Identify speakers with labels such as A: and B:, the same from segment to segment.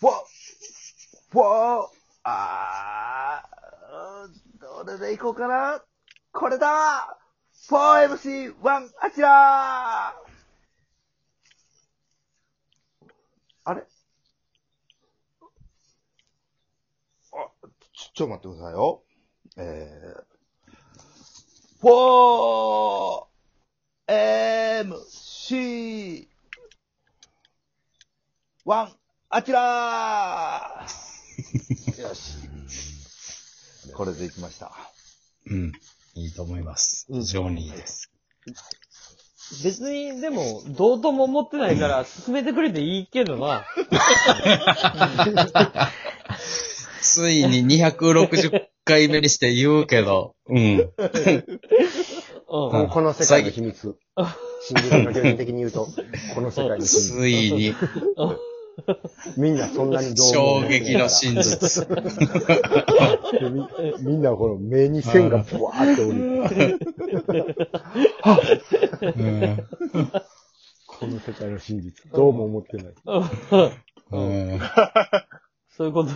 A: フォフォあー、どれでいこうかなこれだ !4MC1 あちらあれ
B: あ、ちょ、ちょ、待ってくださいよ。えー、
A: 4MC1 あちらよし。これでいきました。
C: うん。いいと思います。非常にいいです。
D: 別に、でも、どうとも思ってないから、進めてくれていいけどな。
C: ついに260回目にして言うけど、うん。
D: う
E: も
D: ん
E: う。この世界の秘密。新宿の巨人的に言うと、この世界の秘密。
C: ついに、
E: みんなそんなにどう思う
C: 衝撃の真実。
E: みみんなこの目に線がブワーって降りる。
C: うん。
E: この世界の真実。どうも思ってない。
C: うん。
D: そういうこと。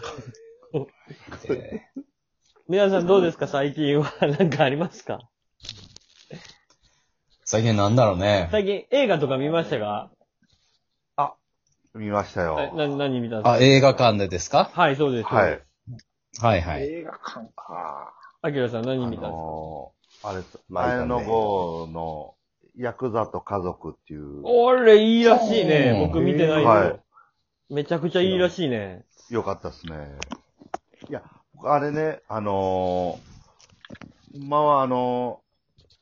D: 皆さんどうですか最近は。 なんかありますか
C: 最近なんだろうね。
D: 最近映画とか見ましたか
B: 見ました
D: はい
B: よ。
D: な何見たんです
C: あ、映画館でですか
D: かはい、そうです。
B: は。い。
C: はいはい。
A: 映画館か。
D: アキラさん何
B: あ
D: 見たんですか
B: のー、あれ、
E: まあいいかね
B: 前の号の、ヤクザと家族っていう、
D: あれ、いいらしいね。僕見てない
B: は
D: よ
B: い。
D: めちゃくちゃいいらしいね。
B: よかったですね。いや、僕あれね、あのー、まはあの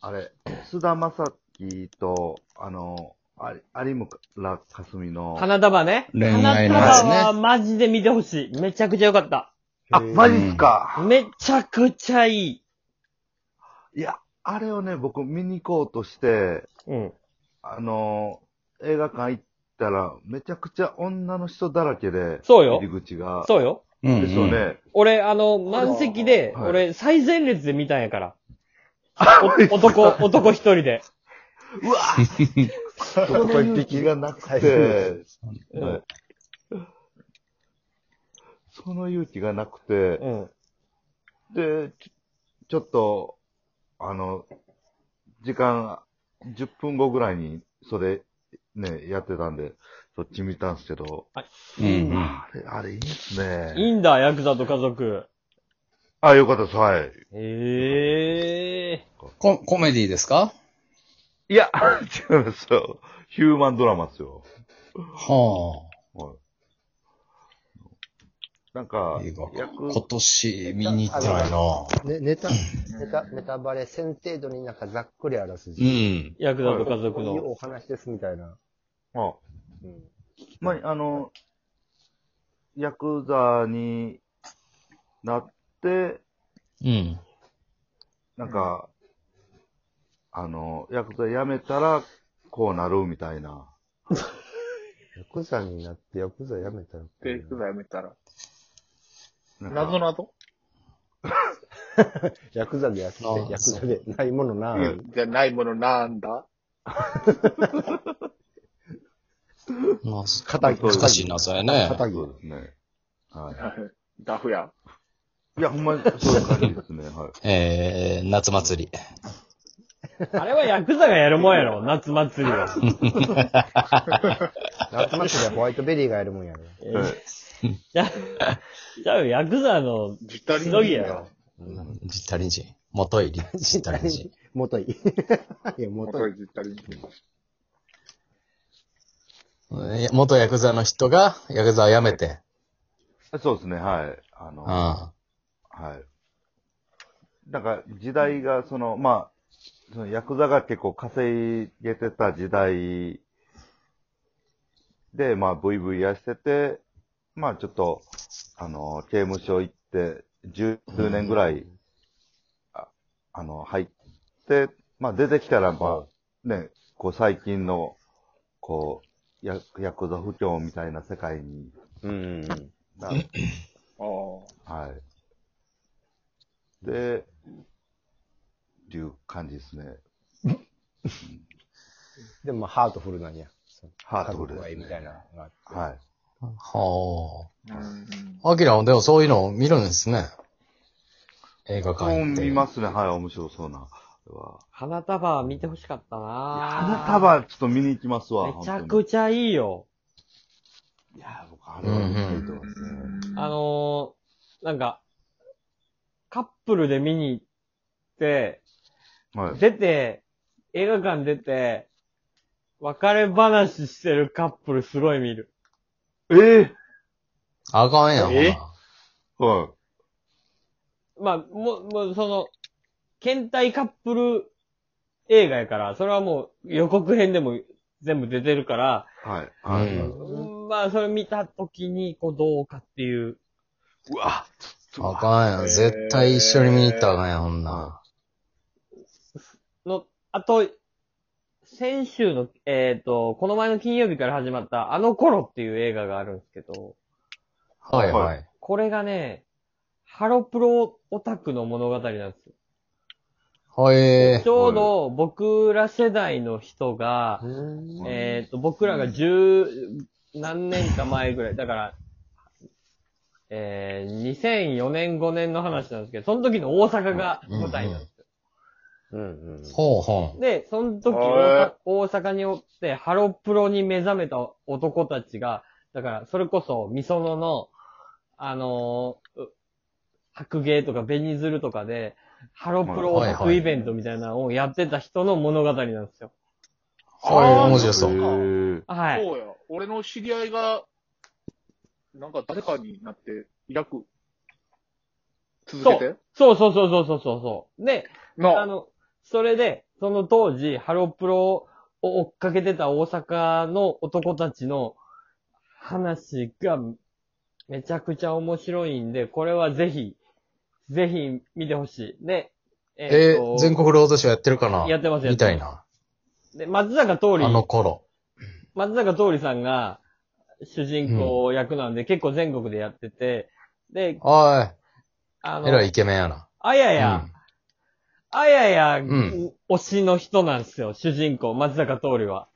B: ー、あれ、菅田将暉と、あのー、あり有村架純の、
D: 花束ね。
C: 恋
D: 花
C: 愛のやつ
D: 束は
C: ね。
D: マジで見てほしい。めちゃくちゃよかった。
B: あ、マジっすか。
D: めちゃくちゃいい。
B: いや、あれをね、僕見に行こうとして、
D: うん。
B: あのー、映画館行ったら、めちゃくちゃ女の人だらけで、
D: そうよ
B: 入り口が。
D: そうよ。
C: うんうん
B: ですよね。
D: 俺、あの、満席で、
B: はい
D: 俺、最前列で見たんやから。お男、男一人で。
B: うわ
E: そこ一
B: 気
E: 匹
B: が
E: が
B: な
E: な
B: く
E: く
B: て
E: て、
D: うん。
B: その勇気がなくて、
D: うん。
B: で、ちょちょっと、あの、時間、10分後ぐらいに、それ、ね、やってたんで、そっち見たんすけど、
C: うんうん。
B: あれ、あれいいっすね。
D: いいんだ、ヤクザと家族。
B: あ、よかったです、はい。
D: ええ
C: ココメディですか
B: いや、違うんですよ。ヒューマンドラマっすよ。
C: は
B: はい。なんか
C: あ。、映画館
B: 役
C: 今年見に行ってないな。
E: ね、ネタ、ネタ、ネタバレ1000程度になんかざっくりあらす
C: う
E: じ。
C: ん。
D: ヤクザと家
E: こ
D: 族
E: ういう
D: の。
E: お話ですみたいな。
B: あ、
E: うん
B: まあ、あの、ヤクザになって、
C: うん。
B: なんか、あの、ヤクザ辞めたら、こうなるみたいな。
E: ヤクザになってヤクザ辞めたら。
A: で、いくらやめたら。
B: なんか
A: 謎の後
E: ヤクザでやって
C: あー、
E: ヤクザでないものな
A: う。ん。じゃないものなんだ
C: まあ、
E: 肩
C: 難しいな、それね。
E: 肩
B: そ
E: 着
B: う。ですね。は
A: ダフや。
B: い。いや、ほんまにそういう感じですね。 はい。
C: えー、夏祭り。
D: あれはヤクザがやるもんやろ、夏祭りは。
E: 夏祭りはホワイトベリーがやるもんやろ。
D: えーじゃあ、じゃあヤクザの、
A: ギタ
D: しのぎやろ。。
C: ジッタリンジン。元いり、ジッタリンジン。
E: もとい。 いや、も
A: 元
E: とい。
A: 々ギタリンジン
C: え元ヤクザの人が、ヤクザを辞めて。
B: そうですね。はい。あの、
C: うん。
B: は
C: あ
B: い。なんか、時代が、その、まあ、そのヤクザが結構稼げてた時代で、まあ、ブイブイやしてて、まあ、ちょっと、あの、刑務所行って、10年ぐらい、ああの、入って、まあ、出てきたら、まあ、ね、こう、最近の、こう、ヤヤクザ不況みたいな世界に、
E: うん。
A: あ
B: な
A: あ。
B: はい。で、っていう感じですね。
E: でも、まあハートフルなんや。
B: ハー
E: 家
B: トフ
E: 族
B: ル
E: がいい
B: で
E: み
B: す
E: た
B: ね。
E: いなのがあって。
B: はい。
F: は
A: うん
F: あ。アキラはでもそういうのを見るんですね。映画館行って。
B: 見ますね。はい、面白そうな。あれは
D: 花束は見てほしかったな
B: 花束、ちょっと見に行きますわ。
D: めちゃくちゃいいよ。
B: ゃ。いや、僕、あれは見てますね。
D: あのー、なんか、カップルで見に行って、
B: はい。
D: 出て、映画館出て、別れ話してるカップルすごい見る。
B: ええ
F: あかんやん、ほ
G: え
F: ら。
B: はい。
D: まあ、もう、もうその、検体カップル映画やから、それはもう予告編でも全部出てるから、
B: はい。はい。
F: うん
D: まあ、それ見た時に、こう、どうかっていう。
G: うわ、ちょ
F: あ
G: っ
F: かんや
G: え
F: ん。
G: ー
F: 絶対一緒に見に行ったらあかんやん、ほんな。
D: の、あと、先週の、えっ、と、この前の金曜日から始まった、あの頃っていう映画があるんですけど、
F: はい
B: は
F: はい。
D: これがね、ハロプロオタクの物語なんですよ。
F: はい
D: ち。ょうど僕ら世代の人が、えっ、と、僕らが十何年か前ぐらい、だから、えー、2004年5年の話なんですけど、その時の大阪が舞台なんですよ。
E: うんうん。
F: ほうほう。
D: で、その時大
G: は
D: 阪、大阪におって、ハロプロに目覚めた男たちが、だから、それこそ、ミソノの、あのーう白芸とかベニズルとかで、ハロプロオタクイベントみたいなのをやってた人の物語なんですよ。
F: は
G: あ
F: い、
G: ー
F: 面白そう。
B: う。
D: はい。
G: そうや。俺の知り合いが、なんか誰かになって、抱く。続けて。
D: そうそうそうそうそうそうそう。で、あ
G: な、
D: の、それで、その当時、ハロプロを追っかけてた大阪の男たちの話がめちゃくちゃ面白いんで、これはぜひ、ぜひ見てほしい。で、
F: え
D: ーと
F: 全国ロードショーやってるかな
D: やってますやっ
F: み
D: てま
F: た
D: す
F: いな。
D: で、松坂通り
F: あ、の頃。
D: 松坂通りさんが主人公役なんで、結構全国でやってて、で、
F: おい、
D: あ
F: えらい
D: の、
F: イケメンやな。
D: あやや、
F: うん
D: あやや、
F: ん
D: 推しの人なんですよ、主人公、松坂通りは。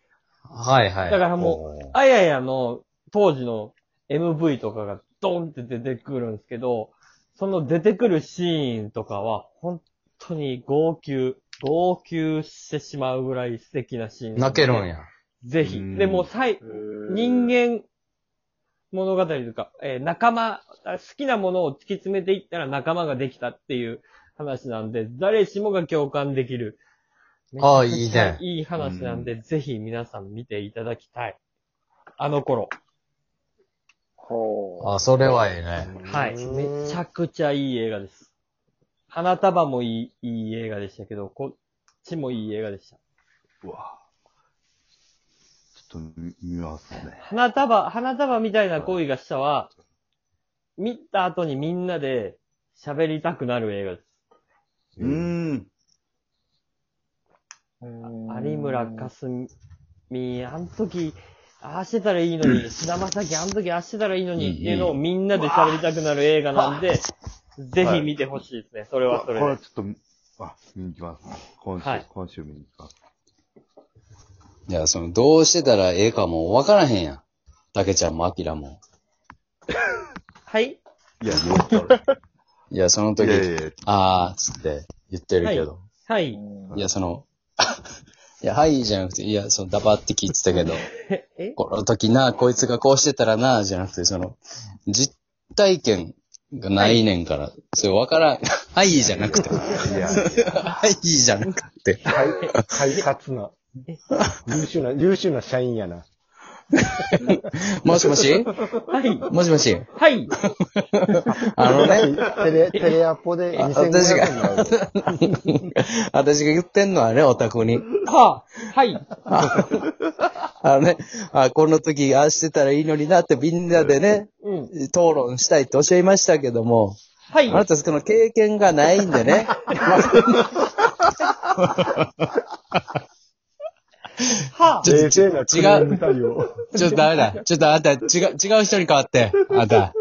F: はいはい。
D: だからもう、あややの当時の MV とかがドンって出てくるんですけど、その出てくるシーンとかは、本当に号泣、号泣してしまうぐらい素敵なシーン。
F: 泣けるん。や。
D: ぜひ。
B: うん
D: でも、さい、人間物語というか、えー仲間、あ好きなものを突き詰めていったら仲間ができたっていう話なんで、誰しもが共感できる。
F: ああ、いいね。
D: いい話なんで、ぜひ皆さん見ていただきたい。あの頃。
G: ほ
F: あ、それはええね。
D: はい。めちゃくちゃいい映画です。花束もいい、いい映画でしたけど、こっちもいい映画でした。
B: うわ。ちょっと見見ますね。
D: 花束、花束みたいな行為がしたは、見た後にみんなで喋りたくなる映画です。
B: うーん。
G: う。
D: 有村架純、あん時、ああしてたらいいのに、菅田将暉、あん時ああしてたらいいのにっていうのをみんなで喋りたくなる映画なんで、ぜひ見てほしいですね。それはそ
B: こ
D: れ
B: れ
D: で。
B: はちょっと、あ、見に行きます。今週、
D: はい
B: 今週見に行きます。
C: いや、その、どうしてたらええかも分からへんやん。たけちゃんもあきらも。
D: はい
B: いや、よくある
C: いや、その時、
B: いやいやいや、
C: あー、つって言ってるけど。
D: はい。
C: い、や、その、いや、はいじゃなくて、いや、その、ダバって聞いてたけど、
D: え
C: この時な、こいつがこうしてたらな、じゃなくて、その、実体験がないねんから、それ分からん。はいじゃなくて。
B: いや、
C: はいじゃなくて。
E: 快、快活な。優秀な、優秀な社員やな。
C: もしもし
D: はい。
C: もしもし
D: はい。
C: あのね、
E: テレ、テレアポで2500円もらう。
C: 私が言ってんのはね、オタクに。
D: はあ、はい。
C: あのね、あこの時ああしてたらいいのになってみんなでね、
D: うん。
C: 討論したいっておっしゃいましたけども、
D: は
C: あ
D: い。
C: なたその経験がないんでね。
D: はあ。
C: ちょっ
E: 冷
C: と、ち
E: 静
C: ょ
E: なクレーム対応。
C: ちょっとダメだ。ちょっとあんた違う、違う人に変わって。あんた。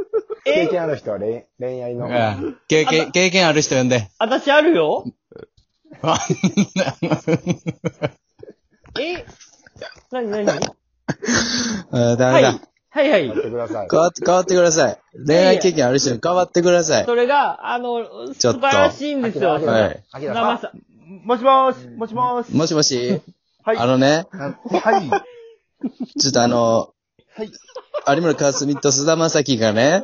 E: 経験ある人は恋恋愛
C: う
E: の。
C: ん経験、経験ある人呼んで。
D: 私あるよ。
C: あ
D: えなになに
C: ダメだ。
D: はいは
E: やって
D: い。
E: ください。
C: 変わって、変わってください。恋愛経験ある人に変わってください。
D: それが、あの、
C: ちょ
D: 素
C: っと
D: 晴らしいんですよ。
C: はい
E: は
D: 生
C: い。
E: アキラさん。
D: さ、
A: もしもーし、もしもーし。
C: もしもし、
A: はい
C: あのね、
B: はい。
C: ちょっとあの、有村架純と菅田将暉がね、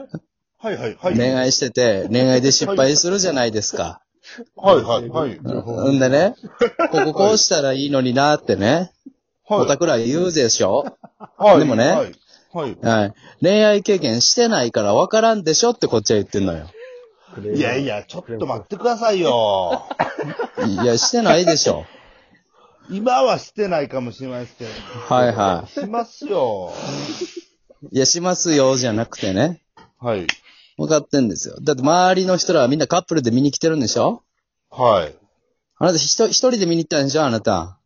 B: はいはいは
C: 恋愛してて、恋愛で失敗するじゃないですか。
B: はいはいはい。
C: んでね、こここうしたらいいのになってね、おたくら言うでしょ
B: はい
C: でもね
B: はい。はい。
C: はい。恋愛経験してないから分からんでしょってこっちは言ってんのよ。
B: いやいや、ちょっと待ってくださいよ。
C: いや、してないでしょ。
B: 今はしてないかもしれないですけ
C: はいは
B: ど。しますよ。
C: い。いや、しますよ、じゃなくてね。
B: はい。
C: 分かってんですよ。だって周りの人らはみんなカップルで見に来てるんでしょ
B: はい。
C: あなたひと一人で見に行ったんでしょあなた。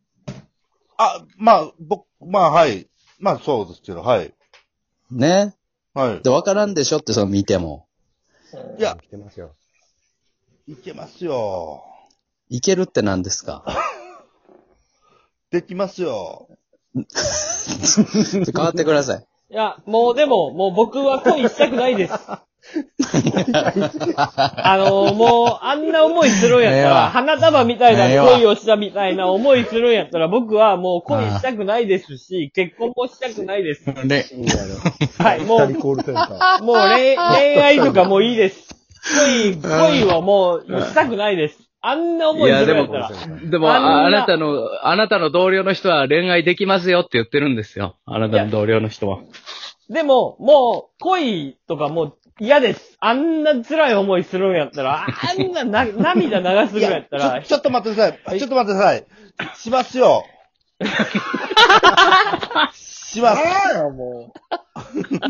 B: あ、まあ、僕、まあはい。まあそうですけど、はい。
C: ね。
B: はい。
C: で、分からんでしょってその見ても。
B: いや、
E: 来てますよ。
B: いけますよ。
C: いけるって何ですか
B: できますよ。
C: 変わってください。
D: いや、もうでも、もう僕は恋したくないです。あの、もう、あんな思いするんやった
C: ええわ
D: ら、花束みたいな
C: ええわ
D: 恋をしたみたいな思いするんやったら、僕はもう恋したくないですし、結婚もしたくないです。
C: ね、
E: いいやろ。
D: はい、もう、
E: 二
D: も
E: 人コールセンタ
D: う恋恋愛とかもういいです。恋、恋をもうしたくないです。あんな思いするんやったら。
H: でも
D: あんな
H: あ、あなたの、あなたの同僚の人は恋愛できますよって言ってるんですよ。あなたの同僚の人は。
D: でも、もう、恋とかもう嫌です。あんな辛い思いするんやったら、あんなな涙流すぐらいやったら
B: ちょ、ちょっと待ってください。ちょっと待ってください。しますよ。します。
E: ー。もう。